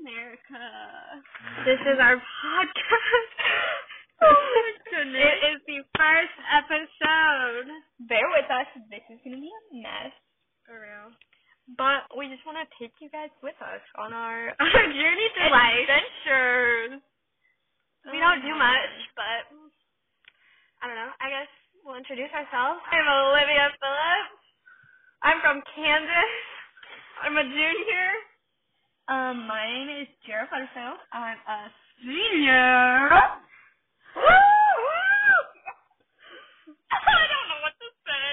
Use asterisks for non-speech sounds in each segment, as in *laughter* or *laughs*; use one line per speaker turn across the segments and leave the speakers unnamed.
America.
This is our *laughs* podcast.
Oh my goodness.
It is the first episode.
Bear with us. This is going to be a mess.
For real.
But we just want to take you guys with us on our *laughs*
On our journey through life.
adventures. We
Oh
don't do
my
much, but I don't know. I guess we'll introduce ourselves.
I'm Olivia Phillips. I'm from Kansas. I'm a junior.
Um, my name is Jared Butterfield. I'm a
Senior.
Woo! I don't know what to say.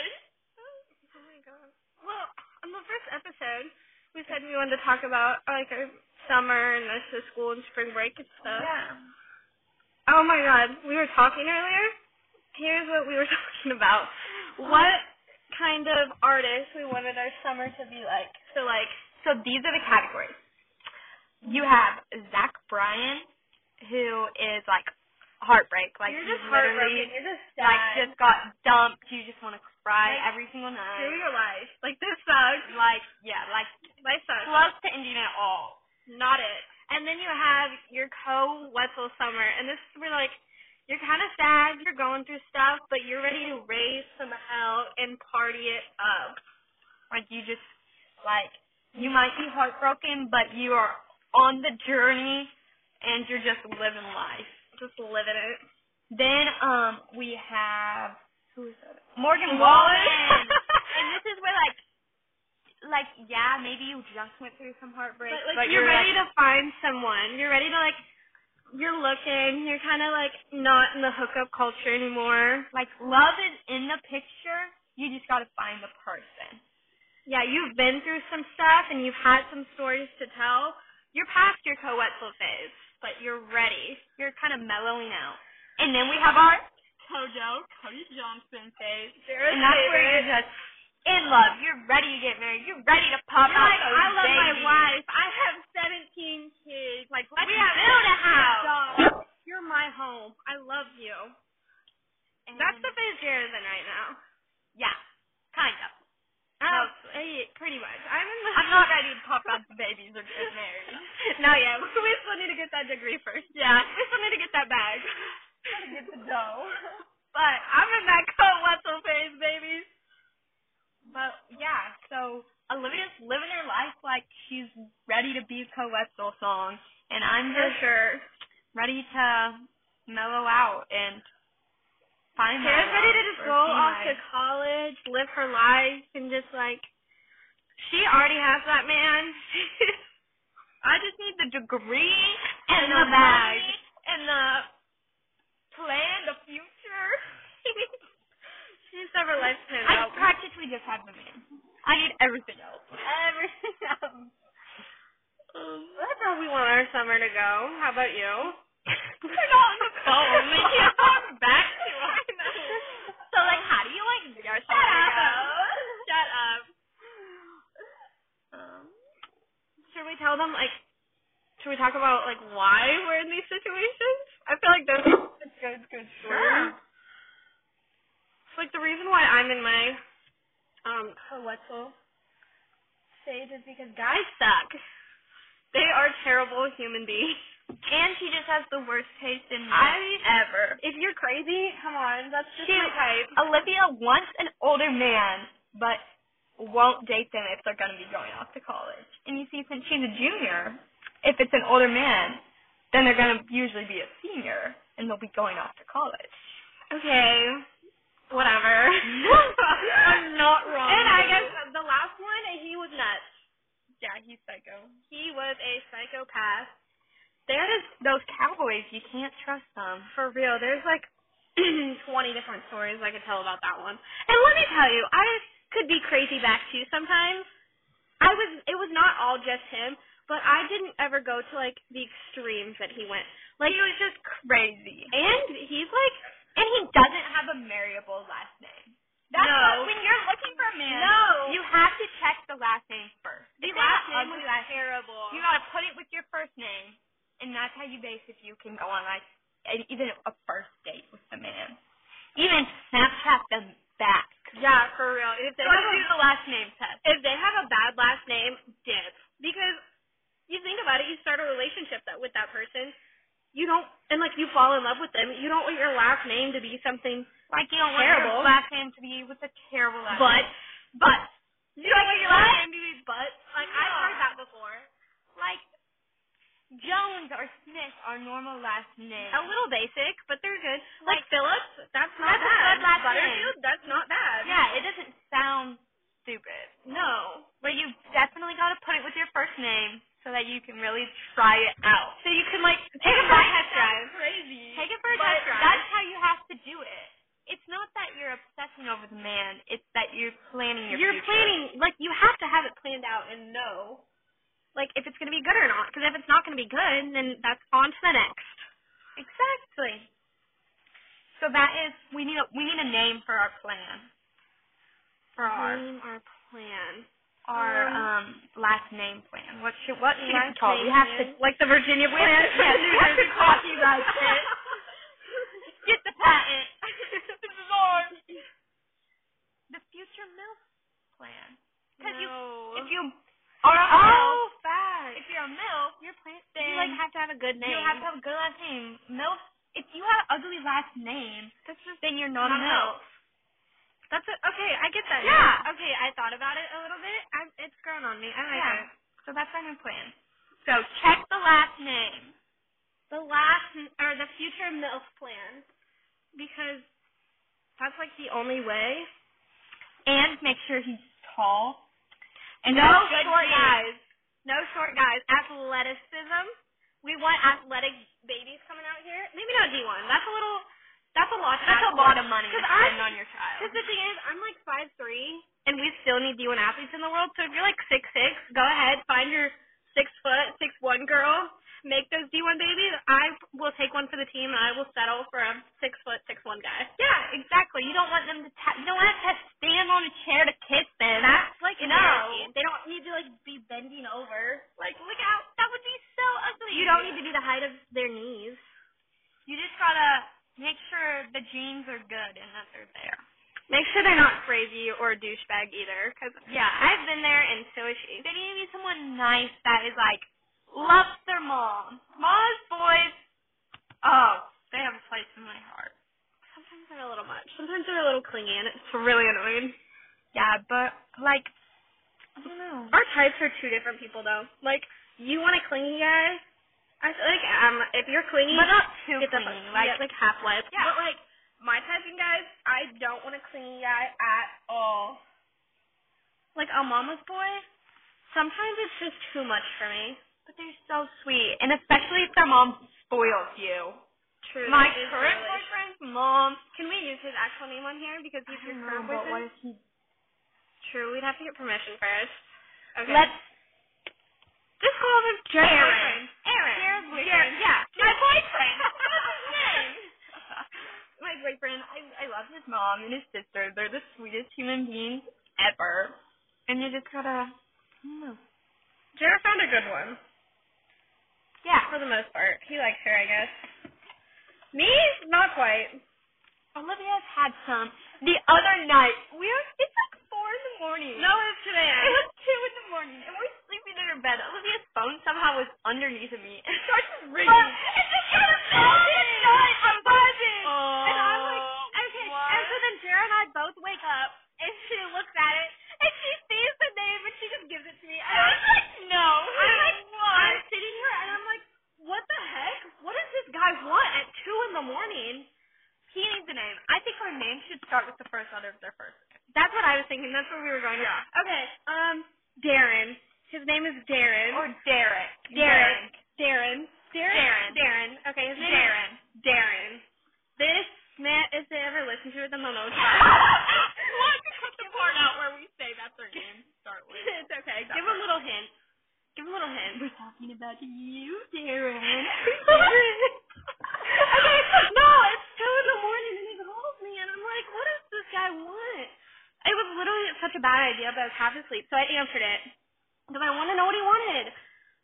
Oh my god. Well, on the first episode, we said we wanted to talk about like our summer and us to school and spring break and stuff. Oh my god, we were talking earlier. Here's what we were *laughs* talking about.
Uh-huh. Um,
What kind of artists we wanted our summer to be like. So like
So these are the categories. You have Zach Bryan, who is like heartbreak, like
you're
you
just
literally
heartbroken. You're just sad.
like just got dumped. You just want to cry
Like,
every single
screw
night.
your life. Like this sucks.
Like yeah, like
Life sucks.
close to ending it all.
Not it. And then you have your co Wetzel summer, and this is where like you're kind of sad, you're going through stuff, but you're ready to raise some hell and party it up.
Like you just like you might be heartbroken, but you are on the journey and you're just living life.
Just living it.
Then um we have
Who is that?
Morgan
Wallen. *laughs*
Wallen. and this is where like like yeah, maybe you just went through some heartbreak,
But like you're, ready to find someone. You're ready to like you're looking. You're kind of like not in the hookup culture anymore.
like love is in the picture. You just got to find the person.
Yeah, you've been through some stuff and you've had some stories to tell. You're past your co-wetzel phase, but you're ready.
You're kind of mellowing out. And then we have our Kojo Cody Johnson phase, and that's where you're just in love. You're ready to get married. You're ready to pop
You're
out
like,
those
I love my
babies."
wife. I have 17 kids. Like,
let's
we have
build a house.
dogs. You're my home. I love you.
And
That's the phase you're in right now.
yeah, kind of.
Oh,
Mostly.
hey, pretty much. I'm in the.
*laughs* I'm not ready to pop out the babies or get married.
*laughs* No, yeah, we still need to get that degree first.
Yeah.
We still need to get that bag.
*laughs* Gotta get the dough.
*laughs* But I'm in that co-wetzel phase, baby.
But yeah, so Olivia's living her life like she's ready to be co Wetzel song, and I'm
For
just
sure.
ready to mellow out and find. my
Sarah's ready to
love
just
for
go off to
females.
college, live her life, and just like she already has that *laughs* man.
I just need the degree and,
And
the,
the
bag
money.
and the plan, the
*laughs*
future.
she needs to have her life planned
I
out.
practically just have the man. I need everything else.
Everything else.
Um,
That's how we want our summer to go. How about you? *laughs*
We're not on the phone. We can't talk back to us.
I know.
So, like, how do you like your
Shut up. Shut up. Um, should we tell them like? Should we talk about like why we're in these situations? I feel like those
It's good, good
Sure. It's like the reason why I'm in my um Wetzel stage is because guys suck. They are terrible human beings.
And she just has the worst taste in
I-
life ever.
If you're crazy, come on, that's just
She-
my type.
Olivia wants an older man, but won't date them if they're going to be going off to college. And you see, since she's a junior, if it's an older man, then they're going to usually be a senior, and they'll be going off to college.
Okay, whatever.
*laughs*
*laughs*
I'm not wrong.
And I guess the last one, he was nuts.
yeah, he's psycho.
He was a psychopath.
That is those cowboys. You can't trust them.
For real, there's like *clears throat* 20 different stories I could tell about that one. And let me tell you, I could be crazy back to you sometimes. I was, it was not all just him, but I didn't ever go to like the extremes that he went.
Like he was just crazy,
And he's like,
and he doesn't have a marryable last name. That's
No.
what, when you're looking for a man,
no,
you have to check the last name first.
the
If they
last
have
name
ugly
was
last
terrible.
You gotta put it with your first name, and that's how you base if you can go on like an- even a first date with the man. Even Snapchat them back.
Yeah, for real. If they
Go
have a
do the last name test.
if they have a bad last name, dip. Because you think about it, you start a relationship love with them. You don't want your last name to be something,
Like you don't
Terrible.
want your last name to be with a terrible last
but
name. But
you don't want your
What?
last name to be but. Like I've
No.
heard that before.
like Jones or Smith are normal last names.
A little basic, but they're good. Like,
Like-
Phillips, that's not
That's a
bad.
good last name.
Butterfield, that's not bad.
Yeah, it doesn't sound stupid.
No.
But you definitely got to put it with your first name so that you can really try it out.
So you can like
Take it for a test drive.
Crazy.
Take it for a
But
test drive.
That's
That's how you have to do it. It's not that you're obsessing over the man. It's that you're planning your
you're
future.
planning like you have to have it planned out and know like if it's going to be good or not. Because if it's not going to be good, then that's on to the next.
Exactly. So that is we need a we need a name for our plan. For our
Name our plan.
our um last name plan. What should what should it be called? We have to
like the Virginia
We have to- yes, we have to
*laughs*
copy that shit. get the patent. this is ours. The future milk plan.
Because
Because you
you,
if you Oh, are a milf,
fast.
if you're a milf, you're plant
Oh, You like have to have a good name.
you have to have a good last name. Milf. If you have an ugly last name,
That's just
then you're not a milf.
That's a, okay. I get that.
Yeah.
Okay. I thought about it a little bit. I'm, it's grown on me. I like
Yeah.
it.
So that's our new plan. So check the last name.
The last or the future milk plan, because that's like the only way.
And make sure he's tall. And
no
has good
short
genes.
guys. No short guys. Athleticism. We want athletic babies coming out here. Maybe not D1. That's a little. That's a lot. to
That's
ask
a
for.
lot of *laughs* money to
'Cause I-
spend on your
Because
child.
the thing is, I'm like five three, and we still need D1 athletes in the world. So if you're like six six, go ahead, find your six foot six one girl, make those D1 babies. I will take one for the team, and I will settle for a six foot six one guy.
Yeah, exactly. You don't want them to ta- you don't want them to stand on a chair to kiss them.
That's like
No.
no, they don't need to like be bending over.
like look out. That would be so ugly.
You don't need to be the height of their knees.
You just gotta make sure the genes are good and that they're there.
Make sure they're not crazy or a douchebag either, because
Yeah,
I've been there, and so is she.
They need to be someone nice that is like loves their mom. Mom's boys. Oh, they have a place in my heart.
Sometimes they're a little much. Sometimes they're a little clingy, and it's really annoying.
Yeah, but like I don't know.
Our types are two different people, though. Like, you want a clingy guy? I feel like um, if you're clingy,
But not too
get the
clingy.
fuck-
Like
get, like halfway.
Yeah.
But like my type of guys, I don't want a clingy guy at all. Like a mama's boy. Sometimes it's just too much for me.
but they're so sweet. And especially if their mom spoils you.
True.
My
it is
current
really-
boyfriend's mom
Can we use his actual name on here because he's your current
but what
boyfriend?
if he
True. We'd have to get permission first. Okay.
Let's
just call him Aaron.
Aaron. Aaron.
Jared boyfriend.
Jared, yeah. *laughs* My boyfriend. My boyfriend. I I love his mom and his sister. They're the sweetest human beings ever. And you just gotta. I don't know.
Jared found a good one.
Yeah.
For the most part. He likes her, I guess. Me? Not quite.
Olivia's had some the other night. We were. It's like four in the morning.
it's today.
It was two in the morning, and we're sleeping in her bed. Olivia's phone somehow was underneath of me, *laughs* and it starts ringing.
It
just
started buzzing.
I'm buzzing.
Oh,
and I'm like, okay. And so then Jared and I both wake up, and she looks at it, and she sees the name, and she just gives it to me. And I was like, no.
I'm
I'm
like,
like, what?
I'm sitting here and I'm like, what the heck? What does this guy want at two in the morning?
He needs a name. I think our name should start with the first letter of their first.
That's what I was thinking. That's where we were going.
Yeah.
Okay. Um, Darren. His name is Darren.
Or Derek.
Derek. Darren. Darren.
Darren.
Darren. Okay. His name is
Darren.
Darren. This man, if they ever listen to it, then they'll *laughs* know. it's
Look, cut the part out where we say that's our name. to Start *laughs* with.
it's okay. Give him a little hint. Give him a little *laughs* hint.
We're talking about you, Darren.
okay, *laughs* no, it's two in the morning and he calls me and I'm like, what does this guy want? It was literally such a bad idea, but I was half asleep, so I answered it because I want to know what he wanted.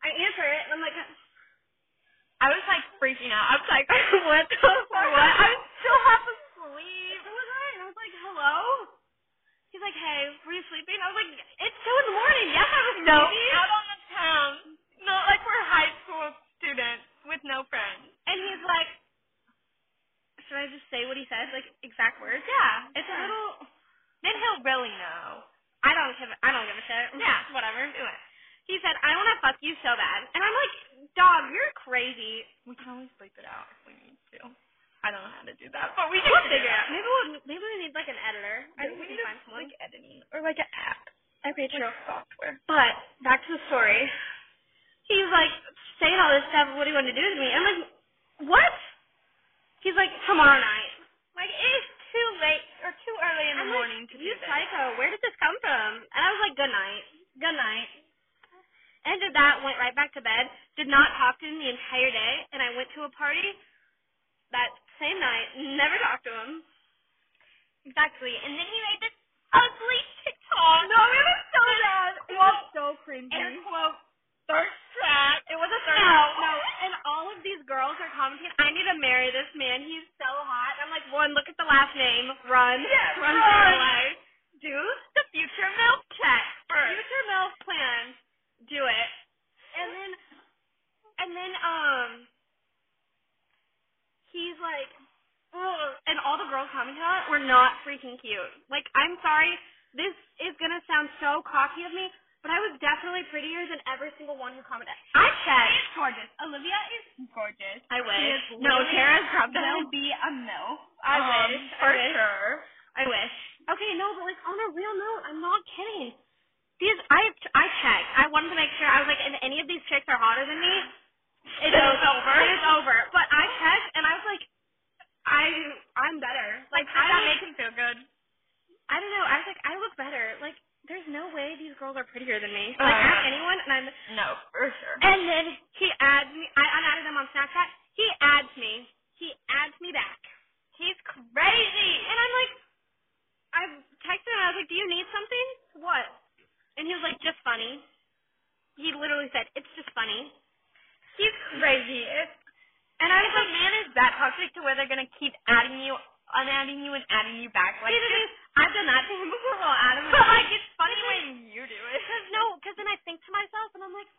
I answer it and I'm like,
*laughs*
*laughs*
I was like freaking out. I was like,
what the *laughs* fuck?
What?
I was still half asleep. It was I, and I was like, hello. He's like, hey, were you sleeping? I was like, it's two in the morning. Yes, I was
no,
sleeping.
out on the town. Not like we're high school students with no friends.
And he's like, it's a little.
Then he'll really know.
I don't give. I don't give a shit.
Yeah.
*laughs* Whatever. He said, "I want to fuck you so bad," and I'm like, "Dog, you're crazy."
We can always bleep it out if we need to. I don't know how to do that, but we can
We'll figure it out. Maybe we'll. Maybe we need like an editor. I think
we
we
need
can
to
find someone.
like editing or like an app.
Okay,
Like software.
But back to the story. He's like saying all this stuff. What do you want to do to me? I'm like, what? He's like tomorrow night.
Like it's too late or too early in
I'm
the
like,
morning to
you
do this.
psycho. Where did this come from? And I was like, good night, good night. Ended that. Went right back to bed. Did not talk to him the entire day. And I went to a party that same night. Never talked to him.
Exactly. And then he made this ugly TikTok. No, it
Oh
was so bad. It was so cringy. Air quote thirst trap.
It was a third. No, no. And all of these girls are commenting, I need to marry this man. He's so hot. I'm like, one, look at the last name. Run.
Yeah,
run, for
run.
your life. Do
The future milk check first.
future milf plan. Do it. And then, and then, um, he's like, Ugh. and all the girls commenting on it were not freaking cute. Like, I'm sorry. This is gonna sound so cocky of me, but I was definitely prettier than every single one who commented. I said,
She's gorgeous. Olivia is gorgeous.
I
She
wish.
is
No,
literally
Tara's probably.
gonna be a milk.
I wish. I
For
wish.
sure.
I wish. Okay, no, but like on a real note, I'm not kidding. These I I checked. I wanted to make sure. I was like, if any of these chicks are hotter than me, it's
Then it's
over. It's over. But I checked, and I was like, I I'm better. Like
does that
I
make him feel good?
I don't know. I was like, I look better. Like there's no way these girls are prettier than me.
Uh.
Like ask anyone, and I'm.
No, for sure.
And then he adds me. I unadded him on Snapchat. He adds me. He adds me back.
He's crazy.
And I'm like, I texted him. I was like, "Do you need something? What?" And he was like, "Just funny." He literally said, "It's just funny."
He's crazy. It's,
And I
if
was
a
like,
man is that toxic to where they're gonna keep adding you, unadding you, and adding you back, like,
"Hey, this is- "I've done that to him before." Well, *laughs* Adam,
but *laughs* like it's funny when you do it.
because no, because then I think to myself, and I'm like,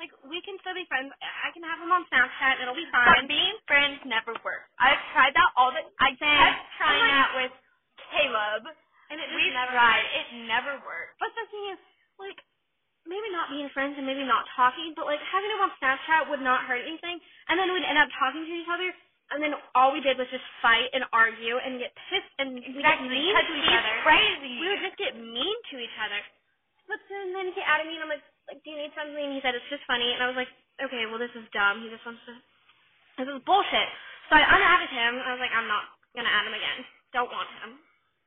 like we can still be friends. I can have him on Snapchat. It'll be
*laughs* But
fine.
being friends never works. I've tried that all the. I kept
Oh
trying
my-
that with Caleb.
And it just
We
never.
tried. It never worked.
But the thing is, like, maybe not being friends and maybe not talking, but like having them on Snapchat would not hurt anything. And then we'd end up talking to each other, and then all we did was just fight and argue and get pissed and we get mean
because
to each
he's
other.
crazy.
We would just get mean to each other. But then, then he added me, and I'm like, like, do you need something? And he said, it's just funny. And I was like, okay, well, this is dumb. He just wants to. This is bullshit. So I unadded him, and I was like, I'm not gonna add him again. Don't want him.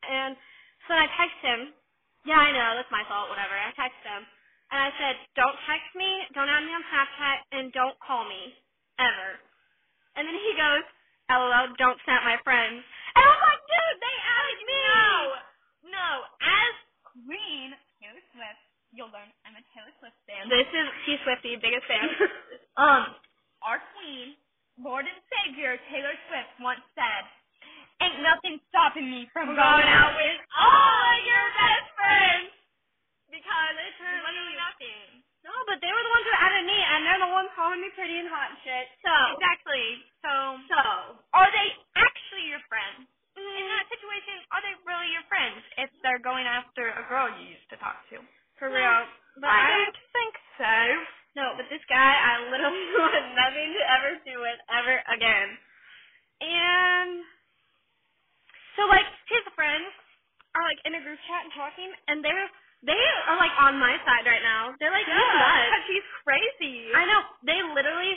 And so then I texted him. Yeah, I know that's my fault. Whatever. I texted him, and I said, don't text me, don't add me on Snapchat, and don't call me ever. And then he goes, LOL, don't snap my friends. And I'm like, dude, they added me.
No, no. As Queen Taylor Swift, you'll learn I'm a Taylor Swift fan.
This is she's Swifty, biggest *laughs* fan.
Um, our queen, Lord and Savior Taylor Swift once said, "Ain't nothing stopping me from going out with all of your best friends because it's literally nothing."
no, but they were the ones who added me, and they're the ones calling me pretty and hot and shit. So
Exactly. So,
so
are they actually your friends? In that situation, are they really your friends if they're going after a girl you used to talk to?
for
No,
real. But I, *laughs*
think so.
no, but this guy, I literally *laughs* want nothing to ever do with ever again. And so like his friends are like in a group chat and talking, and they're they are like on my side right now. They're like, "You're
*laughs*
nuts."
because he's crazy.
I know. They literally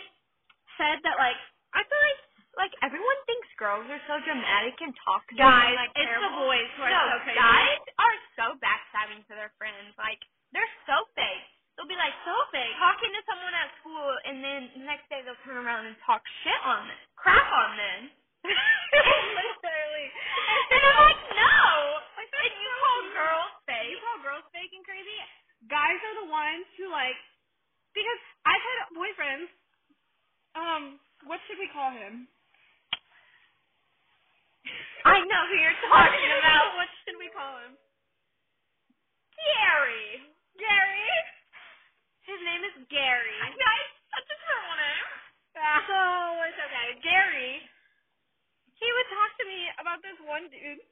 said that like
I feel like like everyone thinks girls are so dramatic and toxic.
guys,
and, like,
it's the
terrible.
boys who are
no,
so crazy. *laughs*
guys are so backstabbing to their friends. Like they're so fake. They'll be like
so fake.
talking to someone at school, and then the next day they'll turn around and talk shit on them, crap on them.
Literally.
and I'm like, no. Like, and you call girls
You
fake?
call girls fake and crazy? Guys are the ones who like because I've had boyfriends. Um, what should we call him?
I know who you're
*laughs*
talking about.
what should we call him?
Gary. Gary.
His name is Gary. Ah.
Guys, such a terrible name.
So it's okay. Gary. He would talk to me about this one dude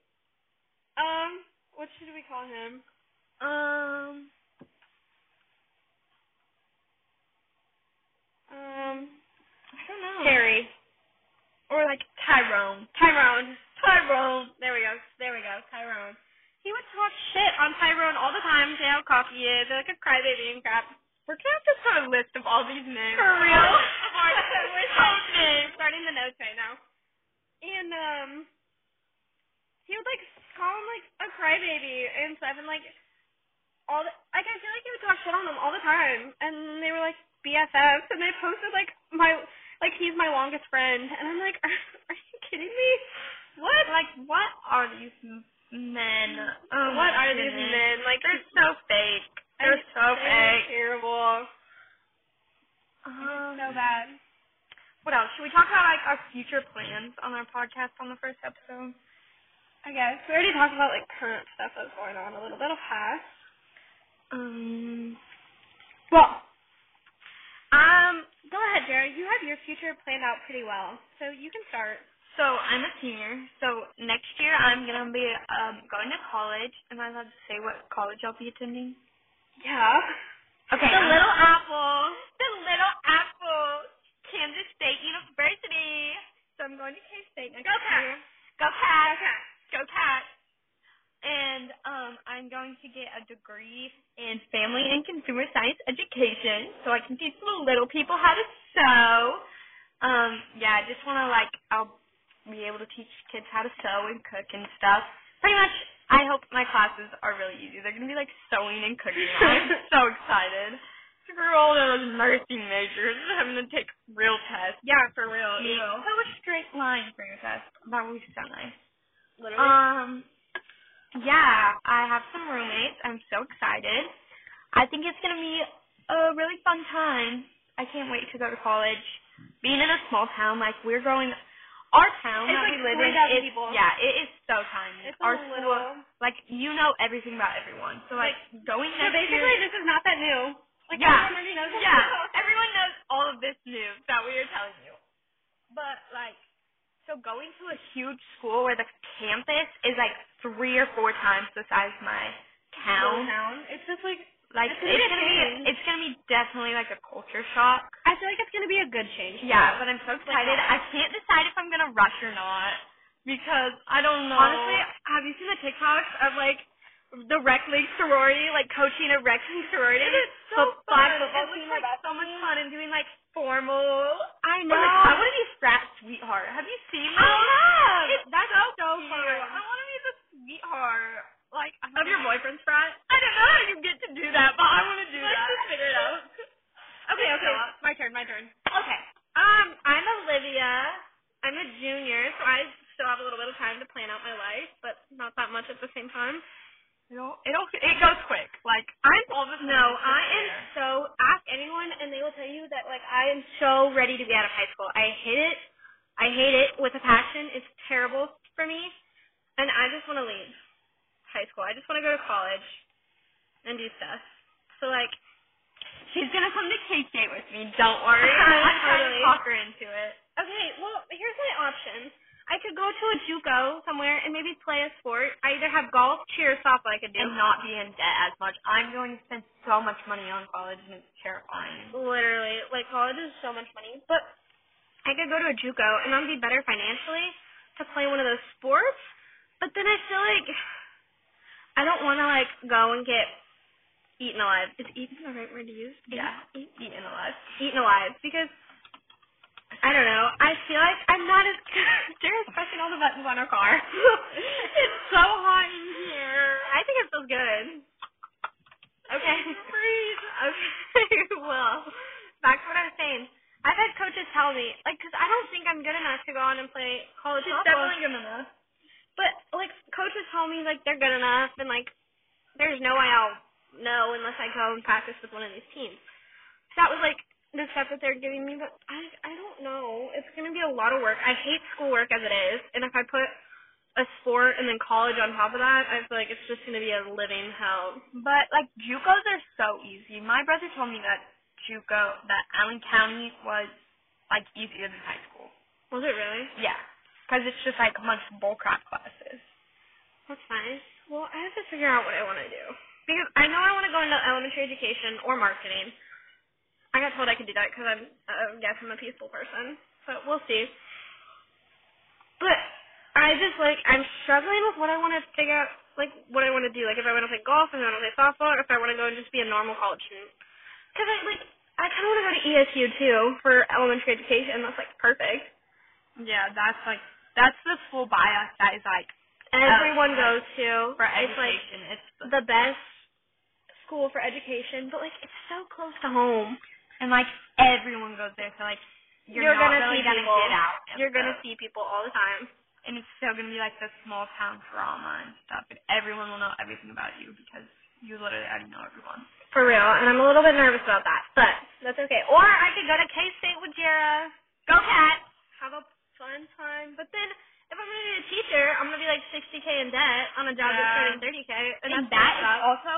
Um, what should we call him? Um. Um.
I don't know.
Harry.
Or like Tyrone.
Tyrone.
Tyrone.
There we go. There we go. Tyrone. He would talk shit on Tyrone all the time. Say how cocky he is, like a crybaby and crap.
We're gonna have to put a list of all these names.
For
*laughs*
real? *laughs*
Of our
Those
newest
names. *laughs* Starting the notes right now. And um, he would like call him like a crybaby and stuff, and like all the, like I feel like he would talk shit on them all the time, and they were like BFFs, and they posted like my like he's my longest friend, and I'm like, *laughs* are, are you kidding me? What?
Like, what are these m- men? Oh
what
my
are these
goodness.
men? Like
They're so fake. They're so
they're
fake.
terrible.
Um,
so bad.
What else? Should we talk about like our future plans on our podcast on the first episode?
I guess we already talked about like current stuff that's going on a little bit of past.
Um.
Well, um, go ahead, Jared. You have your future planned out pretty well, so you can start.
So I'm a senior. So next year I'm gonna be um going to college. Am I allowed to say what college I'll be attending?
Yeah.
Okay.
The
um,
Little Apple.
The Little Apple, Kansas State University.
So I'm going to K State next
Go Cats.
year.
Go Cats.
Okay.
Go Cats. And um, I'm going to get a degree in family and consumer science education, so I can teach the little people how to sew. Um, yeah, I just want to like I'll be able to teach kids how to sew and cook and stuff. Pretty much, I hope my classes are really easy. They're gonna be like sewing and cooking. *laughs* I'm so excited. Screw all those nursing majors having to take real tests.
Yeah, for real.
Yeah. Have a straight line for your test. That would be so nice.
Literally.
Um, yeah, I have some roommates. I'm so excited. I think it's gonna be a really fun time. I can't wait to go to college. Being in a small town, like we're growing, our town
It's
that
like
we live in
40,000
is
people.
yeah, it is so tiny.
it's
our
a
school,
little.
like you know everything about everyone. So like, going
So
next
basically,
year,
this is not that new. Like
Yeah.
everyone already knows.
yeah, everyone knows all of this news that we are telling you. But like, so going to a huge school where the campus is like three or four times the size of my
Little
town,
town. It's just like
like
It's gonna
it's
be a
gonna be,
change.
it's gonna be definitely like a culture shock.
I feel like it's gonna be a good change.
Yeah, but I'm so excited. I can't decide if I'm gonna rush or not because I don't know.
Honestly, have you seen the TikToks of like the rec league sorority, like coaching a rec league sorority?
It is so
Fo- flag
fun.
football
It looks
team or
like so
basketball
much
team.
fun and doing like formal.
I
Or,
know.
like, I want to be frat sweetheart. Have you seen
I
Oh those?
have.
It's, that's so,
so
cute.
fun.
I want to be the sweetheart. Like I
of your boyfriend's frat.
I don't know how you get to do that, but I want to do
Let's
that.
just figure it
*laughs*
out. Okay,
It's
okay.
not.
My turn. My turn.
Okay.
Um, I'm Olivia. I'm a junior, so I still have a little bit of time to plan out my life, but not that much at the same time.
It'll, it'll it goes quick. Like
I'm
all this.
No, I am so ask anyone and they will tell you that like I am so ready to be out of high school. I hate it. I hate it with a passion. It's terrible for me. And I just want to leave high school. I just want to go to college and do stuff. So like
She's gonna come to K State with me. Don't *laughs* worry.
I'm
I'm trying to
totally-
talk her into it.
okay, well, here's my options. I could go to a JUCO somewhere and maybe play a sport. I either have golf, cheer, or softball I could do.
and not be in debt as much. I'm going to spend so much money on college, and it's terrifying.
Literally, like college is so much money. But I could go to a JUCO and I'd be better financially to play one of those sports. But then I feel like I don't want to like go and get eaten alive. Is eaten the right word to use?
Yeah, eaten alive.
eaten alive because I don't know. I feel like I'm not as
*laughs*
Jared's pressing all the buttons on our car.
it's so hot in here.
I think it feels good. Okay.
Freeze.
*laughs* Okay. *laughs* well, back to what I was saying. I've had coaches tell me, like, because I don't think I'm good enough to go on and play college
She's
softball.
definitely gonna know.
But like, coaches tell me like they're good enough, and like, there's no way I'll know unless I go and practice with one of these teams. That was like the stuff that they're giving me, but I I don't know. It's gonna be a lot of work. I hate schoolwork as it is, and if I put a sport and then college on top of that, I feel like it's just gonna be a living hell.
But like JUCOs are so easy. My brother told me that JUCO, that Allen County was like easier than high school.
Was it really?
Yeah, because it's just like a bunch of bull crap classes.
That's nice. Well, I have to figure out what I want to do because I know I want to go into elementary education or marketing. I got told I could do that because I'm, uh, I guess I'm a peaceful person, but we'll see. But I just like I'm struggling with what I want to figure out, like what I want to do, like if I want to play golf, if I want to play softball, or if I want to go and just be a normal college student. Because I like I kind of want to go to ESU too for elementary education. That's like perfect.
Yeah, that's like that's the school bias that is like
Everyone goes to
Oh, for
it's like
education. It's,
the best school for education, but like it's so close to home.
and like everyone goes there, so like you're,
You're
not
gonna
really
see
gonna
people.
get out. of
You're gonna
the-
see people all the time.
and it's still gonna be like the small town drama and stuff, and everyone will know everything about you because you literally already know everyone.
For real, and I'm a little bit nervous about that, but that's okay. Or I could go to K State with Jara, go Cat, have a fun time. But then if I'm gonna be a teacher, I'm gonna be like 60k in debt on a job that's
Yeah.
starting 30k, and
And
that's
that is
messed up.
also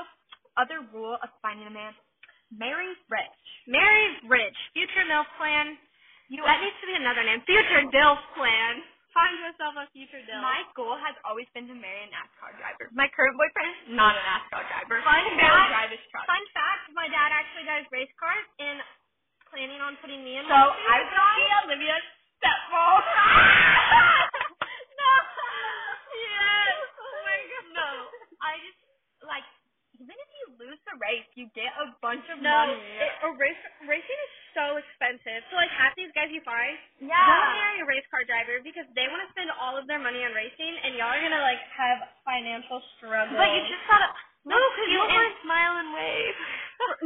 other rule of finding a man. Marry rich.
Mary's rich, future MILF plan. You that needs to be another name, future DILF plan. Find yourself a future DILF.
My goal has always been to marry a NASCAR driver. My current boyfriend, not a NASCAR driver.
Fun
He'll
fact-
drive his truck.
Fun fact: My dad actually drives race cars, and planning on putting me in.
So I would be Olivia's *laughs* stepmom.
no.
yes. Oh my god. No. I just like even if you lose the race, you get a bunch of
No,
money.
it, a race, racing is so expensive. So like half these guys you find, don't
yeah.
marry a race car driver because they want to spend all of their money on racing, and y'all are gonna like have financial struggle.
But you just gotta
No, 'cause
you
you'll
and
find-
smile and wave.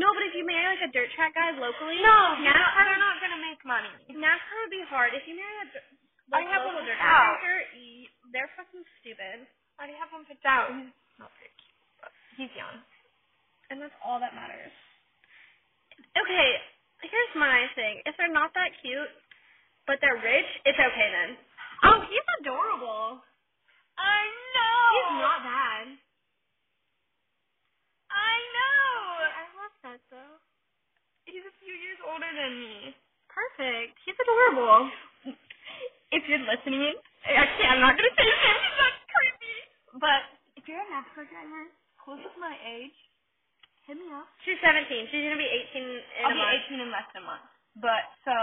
no, but if you marry like a dirt track guy locally,
you're not,
NASCAR,
they're not gonna make money.
NASCAR would be hard. If you marry a dir-
I
like,
have
local
one
dirt
out.
track racer, y- they're fucking stupid.
I already have one picked out. He's not very cute, but he's young.
And that's all that matters. Okay, here's my thing. If they're not that cute, but they're rich, it's okay then.
Oh, he's adorable. I know.
He's not bad.
I know.
Oh, I love that though.
He's a few years older than me.
Perfect. He's adorable.
If you're listening, actually, I'm not gonna say his *laughs* name. 'cause That's creepy. But if you're a NASCAR driver close to my age, hit me up.
She's 17. She's gonna be 18 in
I'll
a
be
month. *laughs*
18 in less than a month. But so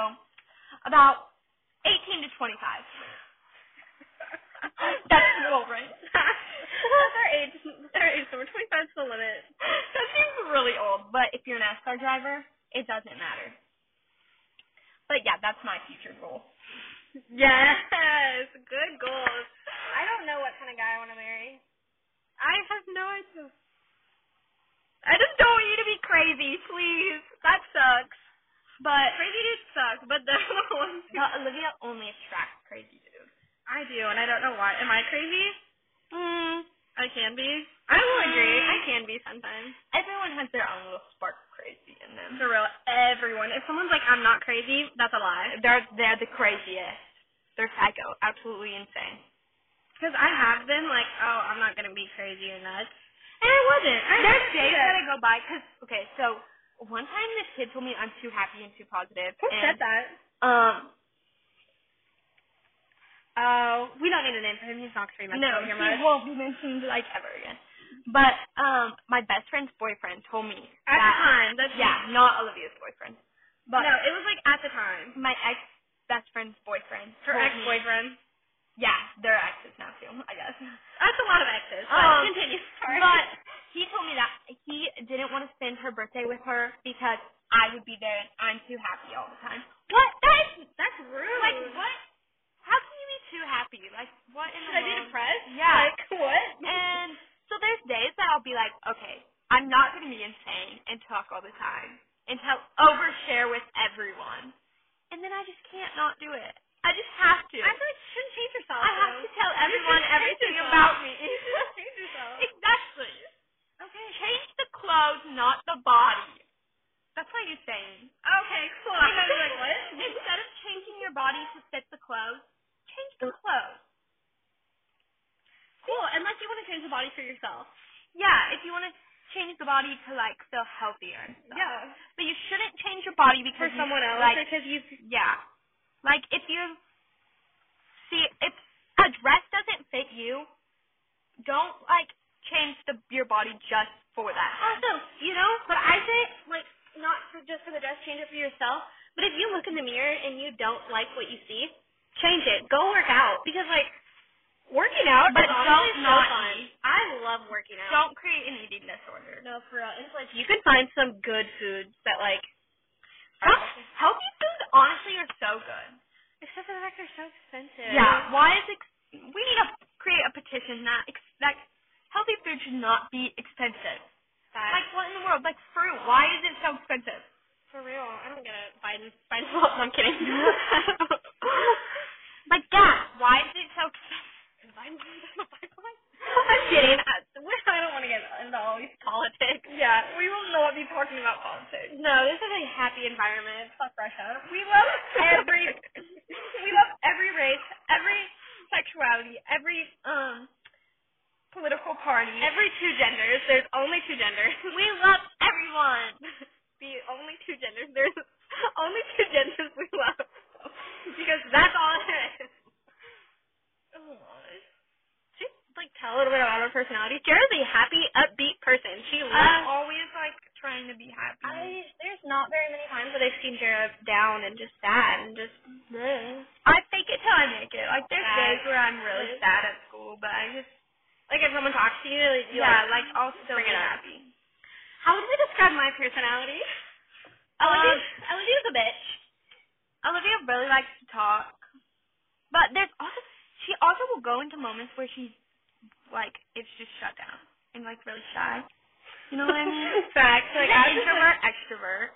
about 18 to
*laughs*
25. That's the rule, right?
That's our age. That's our age. So we're 25 is the limit.
that seems really old, but if you're an NASCAR driver, it doesn't matter. But yeah, that's my future goal.
Yes. Good goals. I don't know what kind of guy I want to marry. I have no idea.
I just don't want you to be crazy, please.
That sucks.
But
Crazy dudes suck, but they're the *laughs* ones.
no, Olivia only attracts crazy dudes.
I do, and I don't know why. Am I crazy?
Mm,
I can be. I will agree.
Mm.
I can be sometimes.
everyone has their own little spark of crazy in them.
For real, everyone. If someone's like, I'm not crazy, that's a lie.
They're they're the craziest. They're psycho, absolutely insane.
Because I have been like, oh, I'm not gonna be crazy or nuts, and I wasn't. I
There's
didn't do
days
that.
that I go by because okay, so one time this kid told me I'm too happy and too positive,
Who said
and
that?
um,
Oh, we don't need a name for him. He's not gonna be my
no,
here
he
much.
won't be mentioned like ever again. But um, my best friend's boyfriend told me
At the
that
time, that's
yeah, not Olivia's boyfriend, but
no, it was like at the time.
my ex best friend's boyfriend.
Her
told me-
ex-boyfriend.
Yeah, they're exes now too, I guess. *laughs*
That's a lot of exes. But
Um,
continue. Sorry.
But he told me that he didn't want to spend her birthday with her because I would be there and I'm too happy all the time. What? That's
*laughs* that's rude.
like what? How can you be too happy? Like what in
Should
the
I be
world?
depressed?
Yeah.
Like what?
And so there's days that I'll be like, okay, I'm not going to be insane and talk all the time and tell overshare with everyone. And then I just can't not do it. I just have to.
I feel like you shouldn't hate yourself.
I have to
though.
tell everyone
should change
everything
yourself.
about me.
*laughs* You should change
*laughs*
yourself.
exactly.
Okay.
Change the clothes, not the body. That's what you're saying.
Okay, cool. I was like,
*laughs*
what?
Instead of changing your body to fit the clothes, change the
Mm.
clothes.
Cool, unless you want to change the body for yourself.
Yeah, if you want to change the body to like feel healthier and stuff.
Yeah.
But you shouldn't change your body
For
because you-
someone else,
Like,
because you.
yeah. Like if you see if a dress doesn't fit you, don't like change the your body just for that.
Also, you know, but I say like not for just for the dress, change it for yourself. But if you look in the mirror and you don't like what you see, change it. Go work out because like working out is
But don't
honestly so
not
fun.
eat.
I love working out.
Don't create an eating disorder.
No, for real. It's like you can find some good foods that like
Healthy foods honestly are so good.
except for the fact they're so expensive.
Yeah. Why is ex- we need to create a petition that ex- that healthy food should not be expensive. Like
Like
what in the world? Like fruit. Why is it so expensive?
for real. I don't get it. Biden Biden *laughs* no, I'm
*laughs*
kidding.
Like gas. Why is it so expensive?
Biden I'm kidding. *laughs* I, I don't want to get into all these politics.
Yeah, we will not be talking about politics.
No, this is a happy environment. Fuck Russia.
We love
*laughs*
every we love every race, every sexuality, every um political party.
Every two genders, there's only two genders. We love everyone. The only two genders, there's *laughs* only two genders we love. *laughs* Because that's all it is. *laughs* Oh, Just like tell a little bit about her personality. Jared's a happy, upbeat person. She
I'm
loves.
always like trying to be happy.
Uh, I there's not very many times that I've seen Jared down and just sad and just. bleh.
I fake it till I make it. Like there's
Sad.
days where I'm really sad at school, but I just
Like if someone talks to you, like, you
yeah,
like,
like I'll still
bring
be
it up.
happy.
How would we describe my personality? um,
Olivia-
Olivia's a bitch.
Olivia really likes to talk, but there's also she also will go into moments where she like it's just shut down and like really shy. You know what I mean?
*laughs*
*laughs*
Facts.
She's
Like I
an
was just
introvert, extrovert.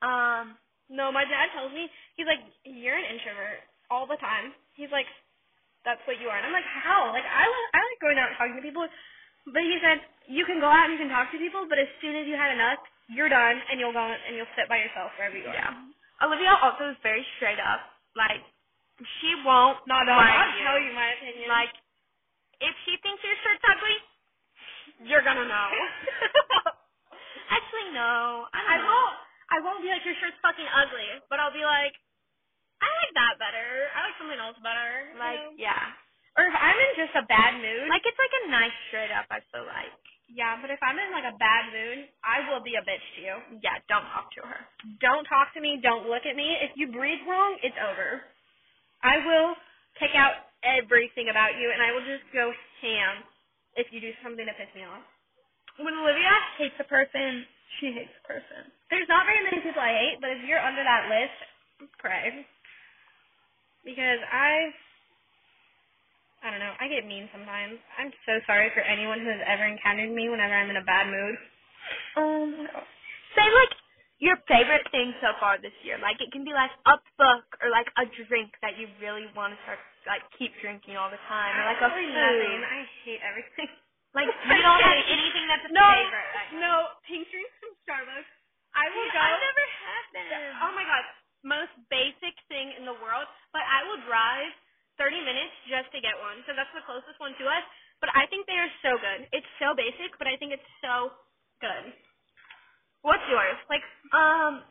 Um,
No, my dad tells me he's like, "You're an introvert all the time." He's like, "That's what you are," and I'm like, "How?" Like I li- I like going out and talking to people, but he said you can go out and you can talk to people, but as soon as you had enough, you're done, and you'll go and you'll sit by yourself wherever you are.
yeah. Olivia also is very straight up. Like she won't
Not
lie to
I'll tell you my opinion. *laughs*
Like if she thinks your shirt's ugly, you're gonna
*laughs*
know. Actually, no. I, don't
I
know.
won't. I won't be like your shirt's fucking ugly, but I'll be like, I like that better. I like something else better. you
Like
know?
yeah.
or if I'm in just a bad mood,
Like it's like a nice straight up. I feel like.
yeah. But if I'm in like a bad mood, I will be a bitch to you.
Yeah, don't talk to her.
don't talk to me, don't look at me. If you breathe wrong, it's over. I will take out everything about you and I will just go ham if you do something to piss me off.
When Olivia hates a person, she hates a person.
There's not very many people I hate, but if you're under that list, pray. Because I I don't know, I get mean sometimes. I'm so sorry for anyone who has ever encountered me whenever I'm in a bad mood.
Oh my god.
Um, Say like your favorite thing so far this year. Like it can be like a book or like a drink that you really want to start like keep drinking all the time or like a
Absolutely
food.
nothing. I hate *laughs* everything.
Like you don't have anything that's a
No.
favorite. Like,
No, pink drinks from Starbucks. I will go.
I've never had them.
Oh my god, most basic thing in the world. But I will drive 30 minutes just to get one because that's the closest one to us. But I think they are so good. It's so basic, but I think it's so good.
What's yours? Like um.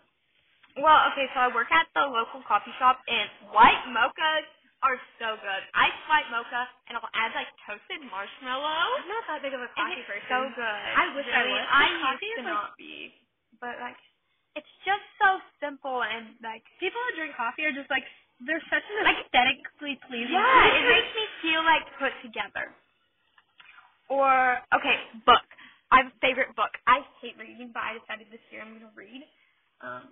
Well, okay, so I work at the local coffee shop, and white mochas are so good. Iced white mocha, and I'll add like toasted marshmallow.
I'm not that big of a
And
coffee
it's
person.
so good.
I wish I
Really,
was.
I
Like, coffee
used
is
to
like-
not be, but like, it's just so simple and like,
People who drink coffee are just like they're such an
Like-
aesthetically pleasing.
yeah, it makes me feel like put together. Or okay, book. I have a favorite book. I hate reading, but I decided this year I'm gonna read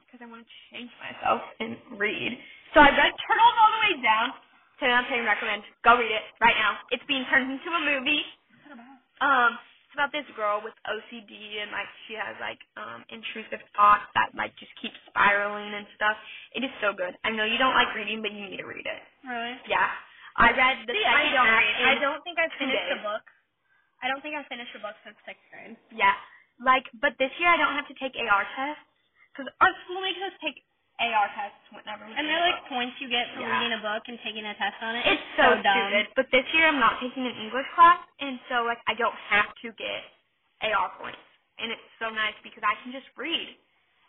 because I want to change myself and read. So I read Turtles All the Way Down. Ten out of ten recommend. Go read it right now. It's being turned into a movie. Um, it's about this girl with OCD and like she has like um intrusive thoughts that like just keep spiraling and stuff. It is so good. I know you don't like reading, but you need to read it.
really.
Yeah, I read the
See, I
second
don't
half.
read.
in-
I don't think I finished
days.
a book. I don't think I finished a book since sixth grade.
Yeah, like, but this year I don't have to take AR tests because our school makes us take AR tests whenever we.
And
read
they're
a
like
book.
points you get for
Yeah.
reading a book and taking a test on it.
It's so,
dumb.
stupid. But this year I'm not taking an English class, and so like I don't have to get AR points, and it's so nice because I can just read,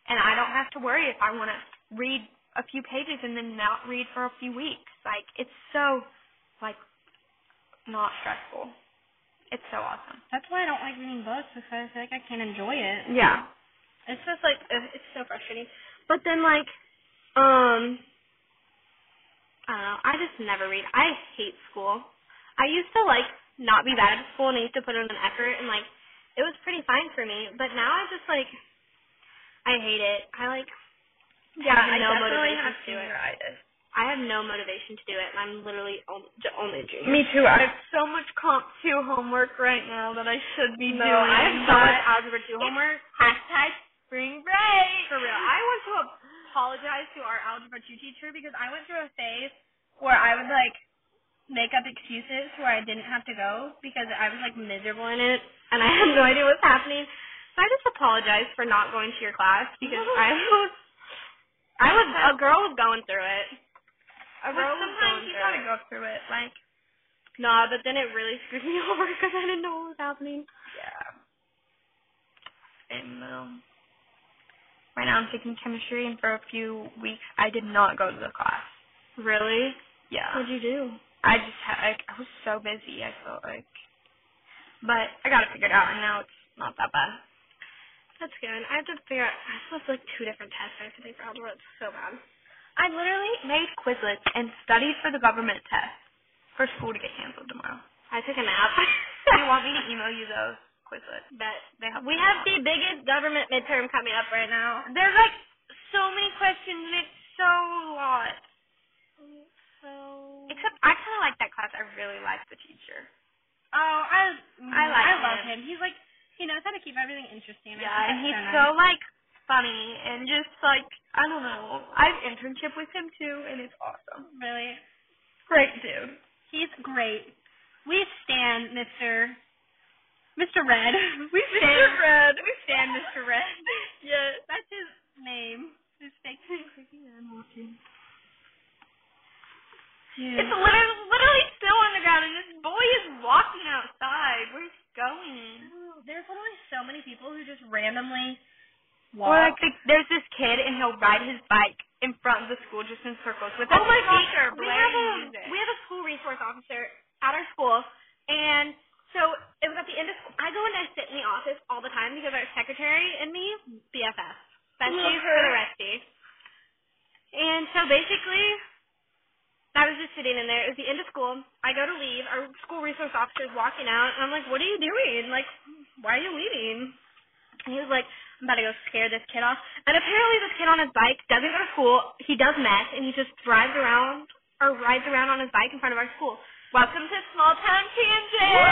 and I don't have to worry if I want to read a few pages and then not read for a few weeks. Like it's so like not stressful. It's so awesome.
That's why I don't like reading books because I feel like I can't enjoy it.
Yeah.
It's just like uh, it's so frustrating. But then like, um,
I don't know. I just never read. I hate school. I used to like not be bad at school and I used to put in an effort and like it was pretty fine for me. But now I just like I hate it. I like
Yeah,
I
I
know
definitely
motivation
have
to do it.
senioritis.
I have no motivation to do it and I'm literally only, only a junior.
Me too. I have so much comp two homework right now that I should be
No,
doing.
I have so
but-
much algebra two homework.
Hashtag
Spring break
for real. I want to apologize to our algebra two teacher because I went through a phase where I would like make up excuses where I didn't have to go because I was like miserable in it.
and I had no idea what's happening. So I just apologize for not going to your class because I was I was a girl was going through it. A
But
girl was
sometimes
going
you
through
gotta
it.
go through it. Like,
Nah, but then it really screwed me *laughs* over because I didn't know what was happening.
yeah. And um, right now I'm taking chemistry, and for a few weeks I did not go to the class.
Really?
Yeah.
What'd you do?
I just had like I was so busy. I felt like, but I got it figured out, and now it's not that bad.
That's good. I have to figure out. I still have like two different tests I have to take for algebra. It's so bad.
I literally made Quizlets and studied for the government test for school to get canceled *laughs* tomorrow.
I took a nap. *laughs*
you want me to email you those Quizlets?
But
They help
we
me
have
out.
the biggest government midterm coming up right now.
There's like so many questions and it's so lot.
So except I kind of like that class. I really like the teacher.
Oh, I
I like
I love
him.
him. He's like he knows how to keep everything interesting. I
Yeah,
think
And
that's
he's
nice.
so like funny and just like I don't know. I've internship with him too and it's awesome.
really
Great dude.
he's great. We stand Mr. Mr. Red. *laughs* We
Mr. Red.
We stand Mr. Red.
*laughs* Yes.
That's his name. His fake name.
It's literally, literally still on the ground and this boy is walking outside. Where's he going?
There's literally so many people who just randomly
Or
walk.
like the, there's this kid and he'll ride his bike in front of the school just in circles with a
Oh my gosh, we have a
speaker blaring music.
we have a school resource officer at our school, and so it was at the end of school. I go and I sit in the office all the time because our secretary and me BFF, besties for the restie. And so basically, I was just sitting in there. It was the end of school. I go to leave. Our school resource officer is walking out, and I'm like, "What are you doing? Like, why are you leaving?" And he was like, I'm about to go scare this kid off. And apparently this kid on his bike doesn't go to school. He does meth and he just drives around or rides around on his bike in front of our school. Welcome to small town Kansas.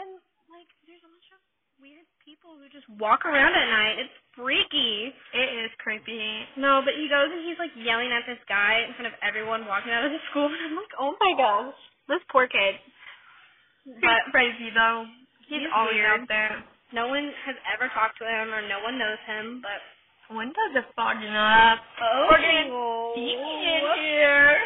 and like there's a bunch of weird people who just walk around at night. It's freaky.
It is creepy.
No, but he goes and he's like yelling at this guy in front of everyone walking out of the school, *laughs* and I'm like, oh my gosh.
This poor kid.
But crazy though.
He's
He's, always
weird.
out there.
No one has ever talked to him, or no one knows him, but
When does the fog up?
oh,
We're getting steamy in here.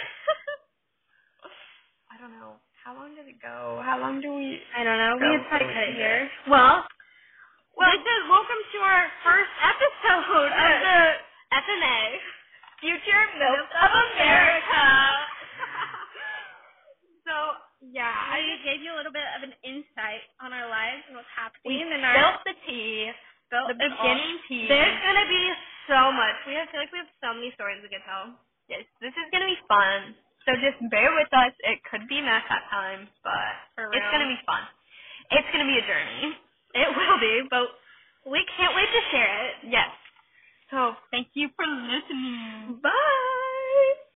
Oh. *laughs* I don't know. How long did it go? How long do we?
I don't know. We
Go
had probably
for
cut it
it.
here.
Well, well, this is welcome to our first episode of the FMA Future Milk of America.
*laughs*
so yeah, I
I
just
gave you a little bit of an insight on our lives and what's happening
we
in our
spilt the tea.
built
the beginning tea. Oh, There's gonna be so much. We have, feel like we have so many stories we could tell.
Yes, this is gonna be fun. So just bear with us. It could be mess at times, but
For
it's
real.
gonna be fun. It's gonna be a journey.
It will be, but we can't wait to share it.
Yes. So thank you for listening.
Bye.